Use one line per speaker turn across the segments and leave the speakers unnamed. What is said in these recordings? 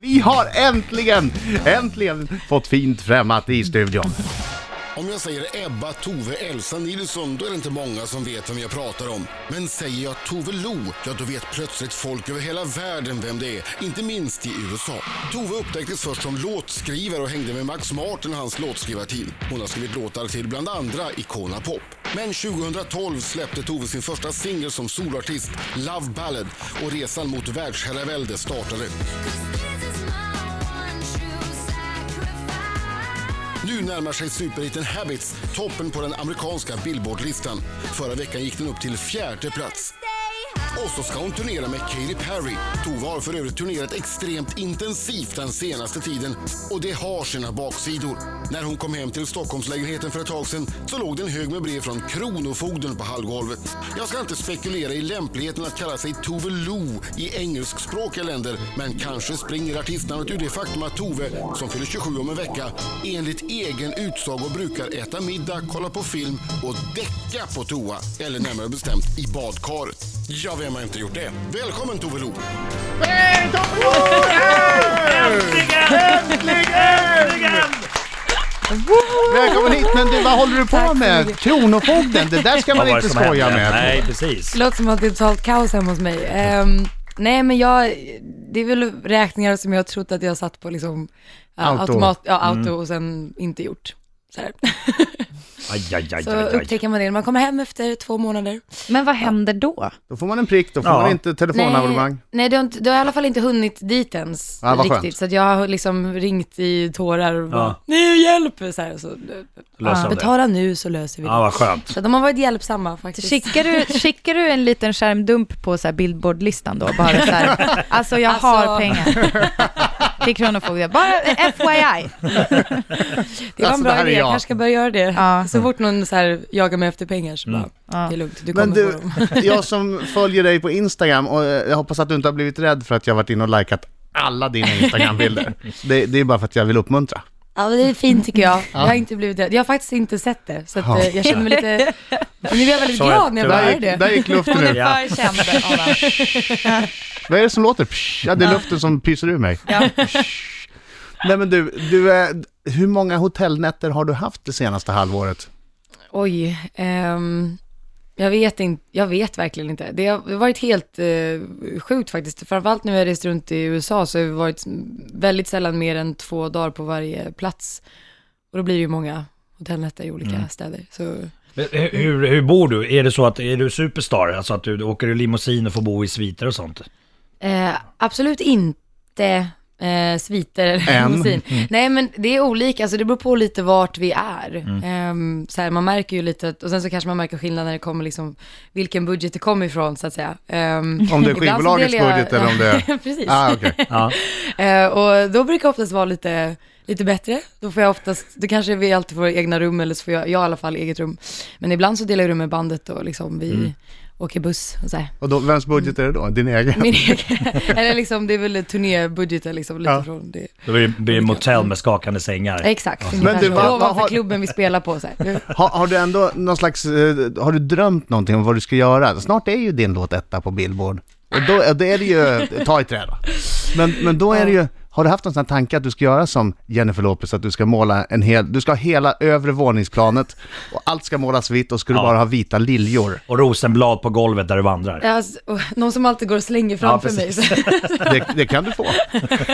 Vi har äntligen, äntligen fått fint främmat i studion.
Om jag säger Ebba, Tove, Elsa Nilsson, då är det inte många som vet vem jag pratar om. Men säger jag Tove Lo, ja då vet plötsligt folk över hela världen vem det är, inte minst i USA. Tove upptäcktes först som låtskrivare och hängde med Max Martin och hans låtskrivarteam. Hon har skrivit låtar till bland andra Icona Pop. Men 2012 släppte Tove sin första singel som solartist, Love Ballad, och resan mot världsherravälde startade. Nu närmar sig superhiten Habits toppen på den amerikanska Billboardlistan. Förra veckan gick den upp till fjärde plats. Och så ska hon turnera med Katy Perry. Tove har för övrigt turnerat extremt intensivt den senaste tiden och det har sina baksidor. När hon kom hem till Stockholmslägenheten för ett tag sedan så låg det en hög med brev från Kronofogden på hallgolvet. Jag ska inte spekulera i lämpligheten att kalla sig Tove Lo i engelskspråkiga länder men kanske springer artistnamnet ur det faktum att Tove, som fyller 27 om en vecka, enligt egen utsago brukar äta middag, kolla på film och däcka på toa. Eller närmare bestämt i badkaret. Ja, vem har inte gjort det? Välkommen Tove Lo!
Välkommen hit, men du, vad håller du på med? Kronofogden, det där ska man
Vad var
inte
det som
skoja
hände?
med.
Nej, precis.
Det låter som att det är totalt kaos hemma hos mig. Ehm, nej men jag, det är väl räkningar som jag har trott att jag satt på liksom ja,
Auto.
automat, ja
Mm.
auto och sen inte gjort. Så, här.
Aj, aj, aj,
så
aj, aj.
upptäcker man det när man kommer hem efter två månader.
Men vad händer då?
Då får man en prick, då får
Ja.
man inte telefonabonnemang.
nej du, har inte, du har i alla fall inte hunnit dit ens
Ja, vad
riktigt.
skönt.
Så att jag har liksom ringt i tårar och bara,
Ja.
nu hjälp! Så här, så,
Löser de det.
betala nu så löser vi det.
Ja, vad skönt.
Så de har varit hjälpsamma faktiskt.
Skickar du, skickar du en liten skärmdump på så här billboardlistan då? Bara så här, alltså jag har
Alltså-
pengar till Kronofogden. Bara FYI.
Det var en
Alltså,
bra
det här är
idé, jag
jag.
kanske ska börja göra det.
Ja.
Så fort någon så här jagar mig efter pengar så bara, det är lugnt, du kommer
Men du,
få dem.
jag som följer dig på Instagram, och eh, jag hoppas att du inte har blivit rädd för att jag har varit inne och likat alla dina Instagram-bilder. Det, det är bara för att jag vill uppmuntra.
Ja, men det är fint tycker jag. Jag har inte blivit rädd. Jag har faktiskt inte sett det, så att,
Ja.
eh, jag känner mig lite... Nu blev jag väldigt
Sorry,
glad när jag
tyvärr.
Där
började
gick,
det.
där gick luften ut.
Ja.
För känd. Adam.
Vad är det som låter? Psh, ja, det är luften som pyser ur mig.
Ja.
Psh. Nej men du, du är, hur många hotellnätter har du haft det senaste halvåret?
Oj, ehm, jag, vet in, jag vet verkligen inte. Det har varit helt eh, sjukt faktiskt. Framförallt nu är det runt i USA så har det varit väldigt sällan mer än två dagar på varje plats. Och då blir det ju många hotellnätter i olika städer. Så
Men Hur, hur, hur bor du? Är det så att, är du superstar? Alltså att du åker i limousin och får bo i sviter och sånt?
Eh, absolut inte eh, sviter eller
Än. Mm.
limousin. Nej, men det är olika. Alltså, det beror på lite vart vi är.
Mm.
Ehm, så här, man märker ju lite, att, och sen så kanske man märker skillnad när det kommer liksom, vilken budget det kommer ifrån, så att säga. Ehm,
Om det är
ibland så
skivbolagets
delar jag-
budget eller om det är...
Precis.
Ah, okej.
Ja.
Eh, och då brukar jag oftast vara lite, lite bättre. Då får jag oftast, då kanske vi alltid får egna rum eller så får jag, jag i alla fall eget rum. Men ibland så delar jag rum med bandet och liksom vi
Mm.
åker buss och så här.
Och då, vems budget är det då? Din egen?
Min egen. Eller liksom, det är väl turnébudgeten liksom, lite
Ja.
från det.
Då blir det, blir det motell med skakande sängar.
Exakt,
Men
men
du,
du,
vad- vad
ovanför
har-
klubben vi spelar på. Så här.
Har, har du ändå någon slags, eh, har du drömt någonting om vad du ska göra? Snart är ju din låt etta på Billboard. Och då, och då är det ju, ta i trä då. Men, men då är det ju, har du haft någon sån här tanke att du ska göra som Jennifer Lopez, att du ska måla en hel, du ska ha hela övre våningsplanet och allt ska målas vitt och ska du
Ja.
bara ha vita liljor.
Och rosenblad på golvet där du vandrar.
Ja, Alltså, och någon som alltid går och slänger framför mig. Så.
precis.
Det, det kan du få.
Ja,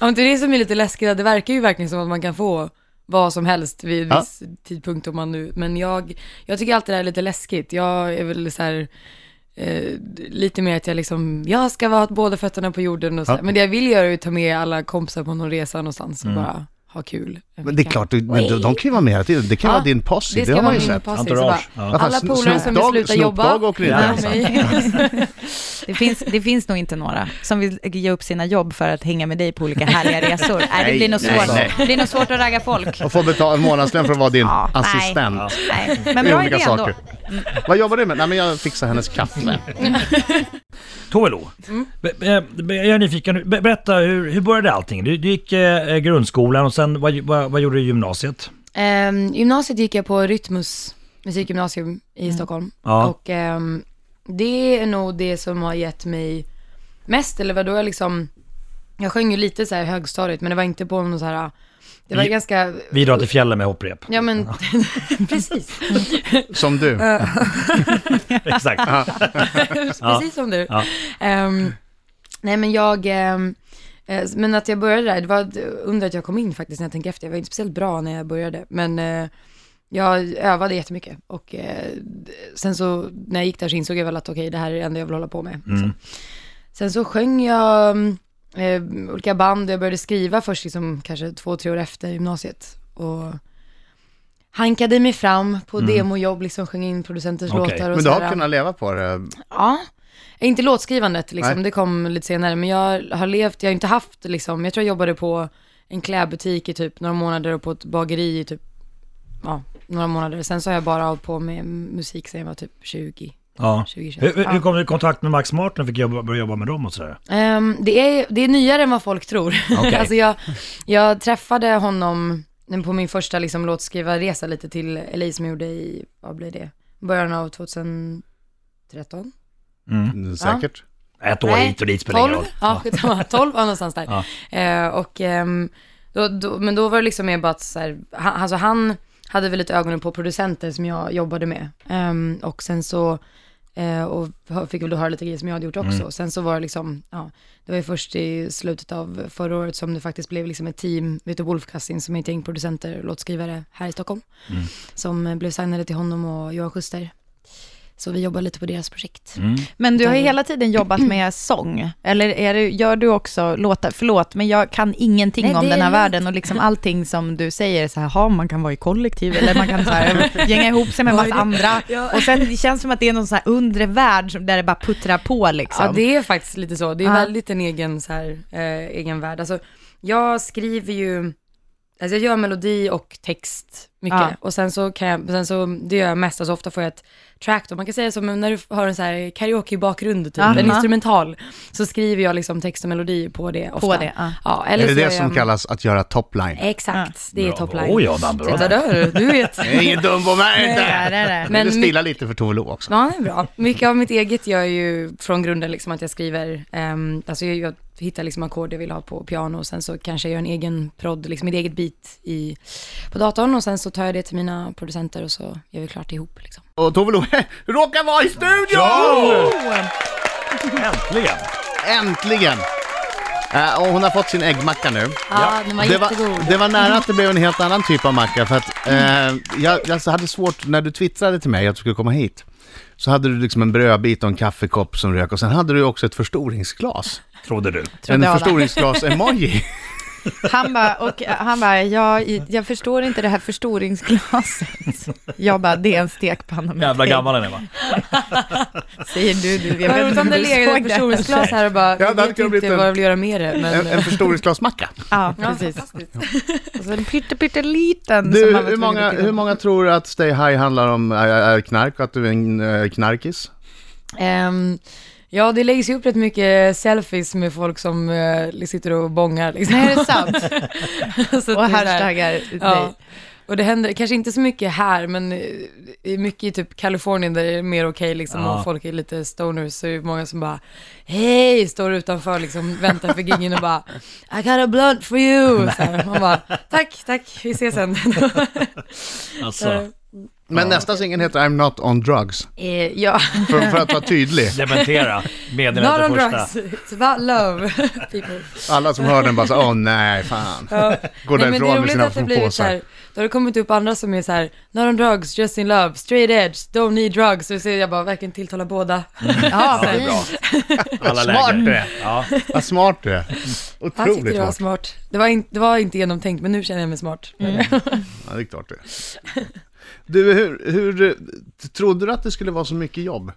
men det är det som är lite läskigt, att det verkar ju verkligen som att man kan få vad som helst vid en
Ja.
viss tidpunkt om man nu, men jag, jag tycker alltid det här är lite läskigt. Jag är väl så här, eh, lite mer att jag liksom, jag ska vara båda fötterna på jorden och så här. Men det jag vill göra är att ta med alla kompisar på någon resa någonstans och bara ha kul. en
Mm. Men det är
vecka.
klart, du, men de, de kan ju vara med hela tiden. Det kan
Ja,
vara din posse, det,
Det ska
har
vara
man ju
min
sett.
posse. Så
Entourage,
bara,
ja.
Ja,
alla
fast
polare som vill
Snoop Dogg-
sluta
Snoop
jobba,
Dogg åker alltså? inte
med
ensam.
mig.
Det finns, det finns nog inte några som vill ge upp sina jobb för att hänga med dig på olika härliga resor. Nej, det blir nog
Nej,
svårt.
nej.
Det blir nog svårt att ragga folk.
Och få betala en månadslön för att vara din
Ja, nej.
assistent.
Nej. Men
Det är
bra
olika
idé ändå.
saker. Vad jobbar du med? Nej men jag fixar hennes kaffe.
Tove Lo,
Mm.
be- be- be- jag är nyfiken. nu. Be- Berätta, hur, hur började allting? Du, du gick eh, grundskolan och sen vad, vad, vad gjorde du i gymnasiet?
Ehm, gymnasiet gick jag på Rytmus musikgymnasium i Stockholm.
Ja.
Och ehm, det är nog det som har gett mig mest, eller vadå, jag liksom Jag sjöng ju lite så här i högstadiet, men det var inte på någon så här, det var
Vi-
ganska,
Vi drar till fjällen med hopprep.
ja men precis,
Som du.
Exakt.
precis som du.
Ja.
Ehm, nej men jag, ehm, eh, men att jag började där, det var d- under att jag kom in faktiskt när jag tänker efter, jag var inte speciellt bra när jag började, men eh, jag övade jättemycket och eh, d- sen så när jag gick där så insåg jag väl att okej, det här är det enda jag vill hålla på med.
Mm.
Så. Sen så sjöng jag mm, eh, olika band, jag började skriva först liksom kanske två, tre år efter gymnasiet. Och hankade mig fram på demojobb, liksom sjöng in producenters
Mm. Okej.
låtar och
Men du
så
har
här.
kunnat leva på det.
Ja. Inte låtskrivandet liksom,
Nej.
det kom lite senare, men jag har levt, jag har inte haft liksom, jag tror jag jobbade på en klädbutik i typ några månader och på ett bageri i typ, ja, några månader. Sen så har jag bara hållit på med musik sen jag var typ 20.
Ja.
2021.
Hur, hur- hur
Ja.
kom du i kontakt med Max Martin och fick jobba, börja jobba med dem och sådär?
Ehm, det, är, det är nyare än vad folk tror.
Okej.
alltså jag, jag träffade honom på min första liksom, låtskrivarresa lite till LA som jag gjorde i, vad blir det, början av 2013?
Säkert.
Ett år
Nej,
hit och dit spelar ingen roll.
Ja, skitsamma. 12 var någonstans där. Eh, och, ehm, då, då, men då var det liksom mer bara att så här, han, alltså han hade väl lite ögonen på producenter som jag jobbade med. Ehm, och sen så, eh, och hö- fick väl då höra lite grejer som jag hade gjort också.
Mm.
Sen så var det liksom, ja, det var ju först i slutet av förra året som det faktiskt blev liksom ett team, Victor Wolfkassin, som är ett gäng producenter och låtskrivare här i Stockholm.
Mm.
Som eh, blev signade till honom och Johan Schuster. Så vi jobbar lite på deras projekt.
Men du har ju hela tiden jobbat med sång, eller är det, gör du också låtar? Förlåt, men jag kan ingenting
Nej,
om
det
den
är
här
lugnt.
världen och liksom allting som du säger, så här, "Ha, man kan vara i kollektiv eller man kan så här, gänga ihop sig med en massa andra. Och sen det känns som att det är någon så här undre värld som- där det bara puttrar på liksom.
Ja, det är faktiskt lite så. Det är
Ja.
väldigt en egen, så här, eh, egen värld. Alltså, jag skriver ju, alltså jag gör melodi och text mycket.
Ja.
Och sen så kan jag, sen så, det gör jag mest, alltså ofta får jag ett track då. Man kan säga som när du har en så här karaokebakgrund typ,
Aha.
en instrumental. Så skriver jag liksom text och melodi på det ofta.
det, ja.
eller
Är det
så
det
gör
som
jag-
kallas att göra topline?
Exakt, det är
Bra.
topline.
Åh, ja, man, bra
Titta
där.
där, du vet.
Jag är ingen dum på mig
Det är
inte!
det.
Men
Men-
det stilla lite för Tove Lo också.
Ja, det är bra. Mycket av mitt eget gör jag ju från grunden liksom att jag skriver, um, alltså jag, jag hittar liksom ackord jag vill ha på piano och sen så kanske jag gör en egen prod, liksom mitt eget beat i, på datorn och sen så tar jag det till mina producenter och så gör vi klart det ihop liksom.
Och Tove Lo råkar vara i studion!
Äntligen!
Äntligen! Eh, och hon har fått sin äggmacka nu.
Ja, den var
Det
jättegod.
var, det var nära att det blev en helt annan typ av macka för att eh, jag, jag hade svårt, när du twittrade till mig att du skulle komma hit, så hade du liksom en brödbit och en kaffekopp som rök och sen hade du ju också ett förstoringsglas.
Trodde du.
Trodde jag
en
det.
förstoringsglas-emoji.
Han bara, och, eh, han bara jag, jag förstår inte det här förstoringsglaset. Jag bara, det är en stekpanna med
Jävla
ägg."
gammal den är va?
Säger du, du jag
Jag
vet inte om
det
du
legat ett
såg det.
personsglas här och bara,
det
jag
hade
vet
kunnat blivit
inte
en-
vad jag vill göra med det, men...
En, en förstoringsglasmacka.
Ja,
Ja,
precis.
fantastiskt.
Och så Alltså, en pytte, pytteliten som
Du,
man var
hur,
tvungen
många,
att titta
hur
på.
många tror att Stay High handlar om äh, äh, knark och att du är en äh, knarkis?
Ehm, ja, det läggs ju upp rätt mycket selfies med folk som eh, sitter och bångar liksom.
Nej, är det sant?
Så att
Och
det är så här-
hashtaggar dig.
Ja. Och det händer, kanske inte så mycket här, men eh, i- mycket i typ Kalifornien där det är mer okej liksom,
Ja.
och folk är lite stoners, så är det många som bara hej, står utanför liksom, väntar för giggen och bara I got a blunt for you. Så här, man bara tack, tack, vi ses sen.
Alltså,
Men nästa singel heter I'm not on drugs,
Eh, ja,
för, för att vara tydlig.
dementera
not
meddelandet
on
första.
drugs, it's about love, people.
Alla som hör den bara så, åh nej, fan. Går
Nej, men det
därifrån
är
med
roligt
sina
att det blivit så
påsar.
här, då har det kommit upp andra som är så här, not on drugs, just in love, straight edge, don't need drugs. Så jag bara, verkligen tilltala båda.
Ja,
Ja, det är bra. Alla
Smart
lägen.
du är.
Ja.
Vad smart du är.
Han tyckte
Otroligt
det var
smart.
smart. Det var, in, det var inte genomtänkt, men nu känner jag mig smart.
Ja, det är klart det. Du, hur, hur, trodde du att det skulle vara så mycket jobb?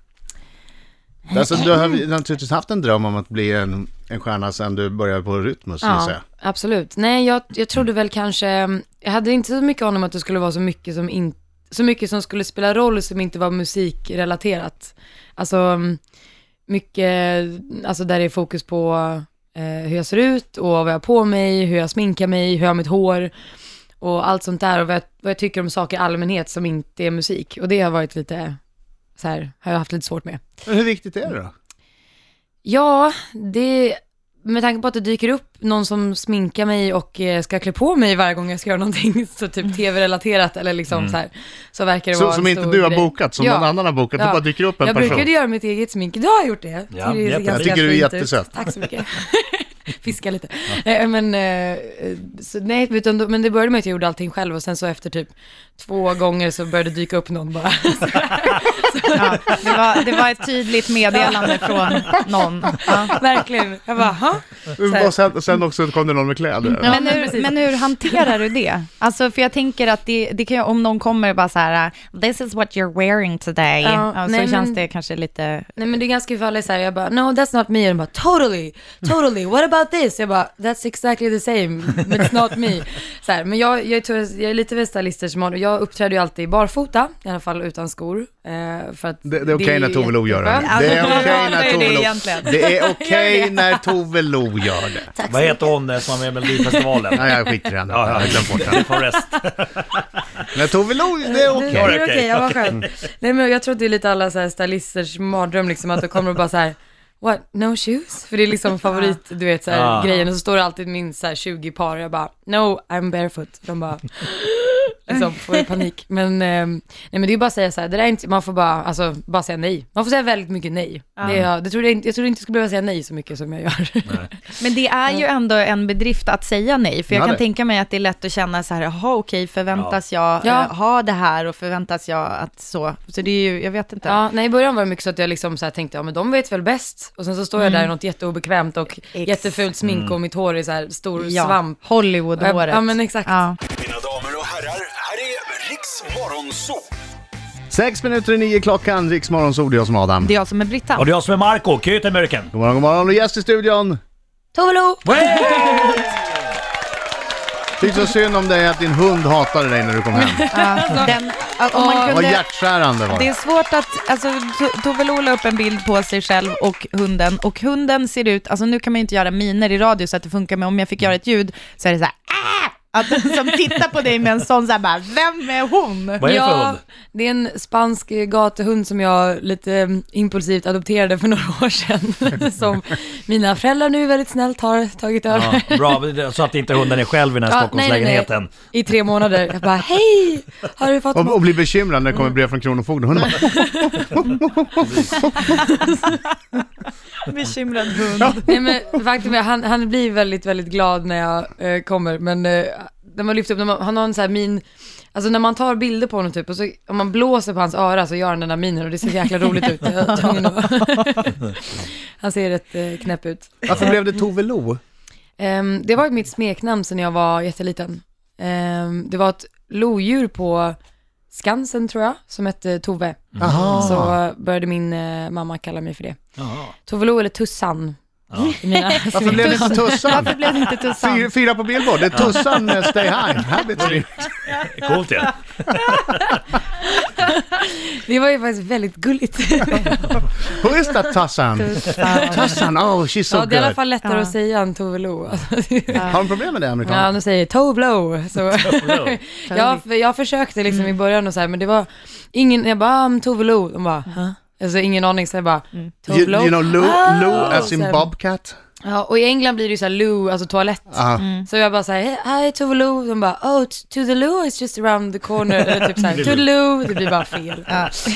Alltså, du har ju naturligtvis haft en dröm om att bli en, en stjärna sen du började på Rytmus, gissar jag.
absolut. Nej, jag, jag trodde
Mm.
väl kanske, jag hade inte så mycket aning om att det skulle vara så mycket som in, så mycket som skulle spela roll som inte var musikrelaterat. Alltså, mm, mycket, alltså där det är fokus på eh, hur jag ser ut och vad jag har på mig, hur jag sminkar mig, hur jag har mitt hår och allt sånt där och vad jag, vad jag tycker om saker i allmänhet som inte är musik. Och det har varit lite, så här, har jag haft lite svårt med.
Men hur viktigt är det då?
Ja, det med tanke på att det dyker upp någon som sminkar mig och eh, ska klä på mig varje gång jag ska göra någonting, så typ tv-relaterat eller liksom så här, så verkar det
Så,
vara
som
en
inte
stor
du har
grej.
bokat, som någon annan har bokat. Det bara dyker upp en
jag
person.
Jag brukade göra mitt eget smink, idag har jag gjort det.
Ja,
Det är
jättebra.
ganska
Jag tycker du är
fint ut.
jättesöt.
Tack så mycket. Fiska lite. Nej, men, eh, så, nej, utan, då- men det började med att jag gjorde allting själv och sen så efter typ två gånger så började det dyka upp någon bara.
Ja, det, var, det var ett tydligt meddelande från någon. Ja.
Verkligen. Jag bara, ha?
Och sen, och sen också kom det någon med kläder.
Ja,
Men,
men
hur,
precis.
men hur hanterar du det? Alltså, för jag tänker att det, det kan ju, om någon kommer och bara så här, this is what you're wearing today,
Ja,
ja, så
nej, men-
känns det kanske lite...
Nej men det är ganska ifall så här, jag bara, no that's not me. Och de bara, totally, totally, what about this? Jag bara, that's exactly the same, but it's not me. Så här, men jag, jag, är tyvärr, jag är lite väl stylistisk och jag uppträder ju alltid barfota, i alla fall utan skor. Eh, för att
Det, det är okej när Tove Lo gör det.
jätteskönt.
Det är okej
Ja, det är
när Tove Lo Det är okej när
det egentligen.
Tove Lo gör det.
Vad heter hon eh, som var med i Melodifestivalen?
Nej, jag skiter i henne.
Ja, ja.
Jag har glömt bort henne.
Vi får rest.
Men Tove Lo, det är okej.
Det är okej,
okej,
ja, vad skönt. Nej men jag tror att det är lite alla så här stylisters mardröm liksom, att de kommer och bara så här, what, no shoes? För det är liksom favorit, du vet så här,
Ah.
grejen, och så står det alltid minst så här 20 par, jag bara, no, I'm barefoot. De bara, liksom får panik. Men, ehm, nej men det är bara att säga så här, det där är inte, man får bara, alltså, bara säga nej. Man får säga väldigt mycket nej. Det, jag, det trodde jag, inte- jag trodde inte jag skulle behöva säga nej så mycket som jag gör.
Men det är ju ändå en bedrift att säga nej, för jag
Ja,
kan
det.
tänka mig att det är lätt att känna så här, jaha okej, förväntas jag
Ja.
eh, ha det här och förväntas jag att så, så det är ju, jag vet inte.
Ja, nej, i början var det mycket så att jag liksom så här tänkte, ja men de vet väl bäst. Och sen så står jag där i något jätteobekvämt och
Mm. Ex.
jättefult
Mm.
smink och mitt hår är så här stor
Ja,
svamp.
Hollywood-håret.
Ja, men exakt.
Ja.
Mina damer och herrar, här är Riks Morgonzoo!
Sex minuter i nio klockan, Riksmorgonzoo, det är jag som är Adam.
Det är jag som är Britta.
Och det är jag som är Marco, Kyytemyrken.
God morgon, god morgon och gäst i studion.
Tove Lo!
Tyckte så synd om dig att din hund hatade dig när du kom hem.
Ja, den, om man
Det var
kunde,
hjärtskärande var
det är
det.
svårt att, alltså To- Tove Lo la upp en bild på sig själv och hunden, och hunden ser ut, alltså nu kan man ju inte göra miner i radio så att det funkar, men om jag fick göra ett ljud så är det så här, ah! Att den som tittar på dig med en sån så här bara, vem är hon?
Vad är det för
Ja,
hund?
det är en spansk eh, gatuhund som jag lite eh, impulsivt adopterade för några år sedan. som mina föräldrar nu väldigt snällt har tagit över.
Ja, bra, så att inte hunden är själv i den här
Ja, nej, nej, nej.
Stockholmslägenheten.
I tre månader. Jag bara, hej! Har du fått
Och, och
mat?
blir bekymrad när det kommer brev från Kronofogden. Hunden bara,
Mm. Bekymrad hund.
Nej men faktum är, han, han blir väldigt, väldigt glad när jag eh, kommer. Men eh, när man lyfter upp, när man, han har en sån här min, alltså när man tar bilder på honom typ, och så om man blåser på hans öra så gör han den där minen och det ser så jäkla roligt ut. Jag var tvungen att- han ser rätt eh, knäpp ut.
varför blev det Tove
Mm.
Lo?
Ehm, det var mitt smeknamn sedan jag var jätteliten. Ehm, det var ett lodjur på Skansen tror jag, som hette Tove.
Ah.
Så började min eh, mamma kalla mig för det.
Jaha.
Tove Lo eller Tussan. i Mina
Varför blev det inte Tussan?
Varför blev det inte
Fyra,
Tussan? Mm.
fyra på Billboard, det är Tussan med Stay High. Habit Tree.
Coolt ju.
Det var ju faktiskt väldigt gulligt.
Who is that Tussan? Tussan, oh she's so
ja, det är i alla
good.
fall lättare
Ja.
att säga än Tove Lo. Alltså,
Har de problem med det
ja,
amerikaner?
de säger Tove Lo. Så.
Lo.
jag, jag försökte liksom i början och så här, men det var ingen, jag bara, ah, men Tove Lo. De bara, huh? Alltså ingen aning, så jag bara, Tove
You,
Lo.
you know Lou,
Ah!
Lou as in
Så här,
Bobcat?
Ja, och i England blir det ju så här Lou, alltså toalett.
Ah.
Så jag bara så här, "Hey, hi Tove Lo. De bara, oh, t- to the Lou is just around the corner. Eller typ så här, to the Lou. Det blir bara fel.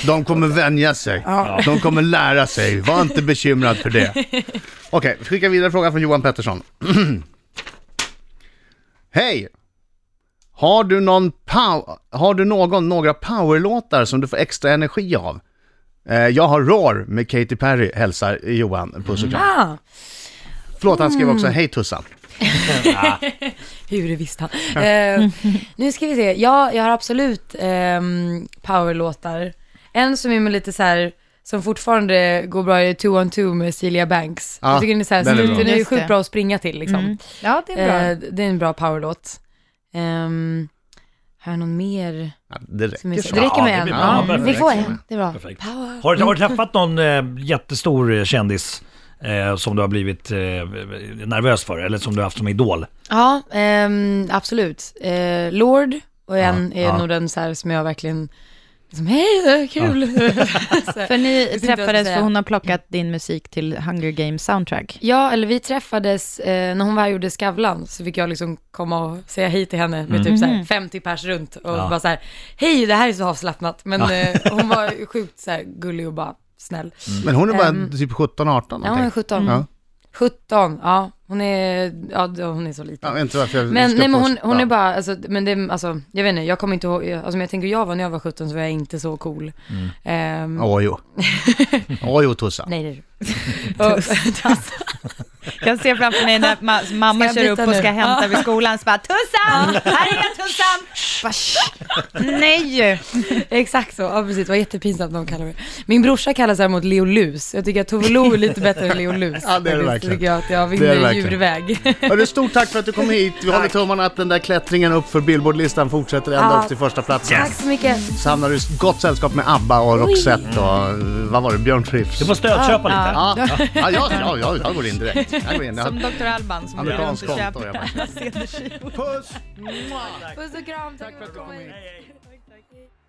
De kommer vänja sig.
Ja.
De kommer lära sig. Var inte bekymrad för det. Okej, skicka vidare frågan från Johan Pettersson. Hej! Har du, någon pow- har du någon, några powerlåtar som du får extra energi av? Eh, jag har Roar med Katy Perry, hälsar Johan. Puss och kram.
Ah,
Förlåt, han skrev också Hej Tussan.
hur visste han? Eh,
Mm.
nu ska vi se. Ja, jag har absolut ehm, powerlåtar. En som är med lite så här, som fortfarande går bra är Two on Two med Celia Banks.
Ah,
jag tycker den är så här,
den är
den
bra.
är, ju
Just
sjukt
det.
bra att springa till liksom.
Ja, det är
Eh, det är en bra powerlåt. Um, har jag någon mer?
Ja, det
Som
räcker
är så.
så.
Det räcker
Ja,
med
det
en.
blir bra.
Ja,
Ja, perfekt.
Ni får en, det är bra.
Perfekt.
Power.
Har, har du träffat någon eh, jättestor eh, kändis eh, som du har blivit eh, nervös för eller som du har haft som idol?
Ja, ehm, absolut. Eh, Lord och en är
ja.
nog den så här, som jag verkligen Liksom, hej, det är kul. Så här.
För ni
inte vad jag ska
träffades för
säga.
hon har plockat din musik till Hunger Games soundtrack.
Ja, eller vi träffades eh, när hon var här och gjorde Skavlan, så fick jag liksom komma och säga hej till henne med typ så här 50 pers runt och
Ja.
bara så här, hej, det här är så avslappnat. Men eh, hon var sjukt så här gullig och bara snäll.
Men hon är bara
Ehm,
typ 17-18
Ja, hon är
någonting.
17.
Ja.
17, ja. Hon är, ja, hon är så liten.
Jag vet inte varför jag
Men,
ska
nej, men
få-
hon, hon
ja.
är bara, alltså, men det, alltså, jag vet inte, jag kommer inte ihåg, jag- alltså, men jag tänker hur jag var när jag var 17 så var jag inte så cool. Ehm,
Mm. Ja, jo. Ja, jo, Tussa.
Nej, det är du. Och-
Jag ser framför mig när ma- mamma
Ska jag
kör upp
byta
och
nu?
ska hämta vid skolan, så bara ”Tussan! Här är jag Tussan!” Bara, "Shh! Nej!
Exakt så, ja precis, det var jättepinsamt när de kallade mig Min brorsa kallas däremot Leo Lus, jag tycker att Tove Lo är lite bättre än Leo Lus
Ja, det är det
Faktiskt
verkligen.
tycker jag att jag
Det är det
vinner
verkligen.
djurväg
Hörru, stort tack för att du kom hit. Vi håller tummarna att den där klättringen upp för Billboardlistan fortsätter ända
Ja.
upp till första platsen.
Tack så mycket
Så hamnar du i gott sällskap med ABBA och Roxette och eh, vad var det, Björn Skifs?
Du får stödköpa lite.
Ja, ja, ja, ja, ja, jag går in direkt. Jag går in. Jag har
Dr. Alban som
amerikanskt konto. Jag bara.
köper.
Puss!
Puss och kram, tack för att du kom hit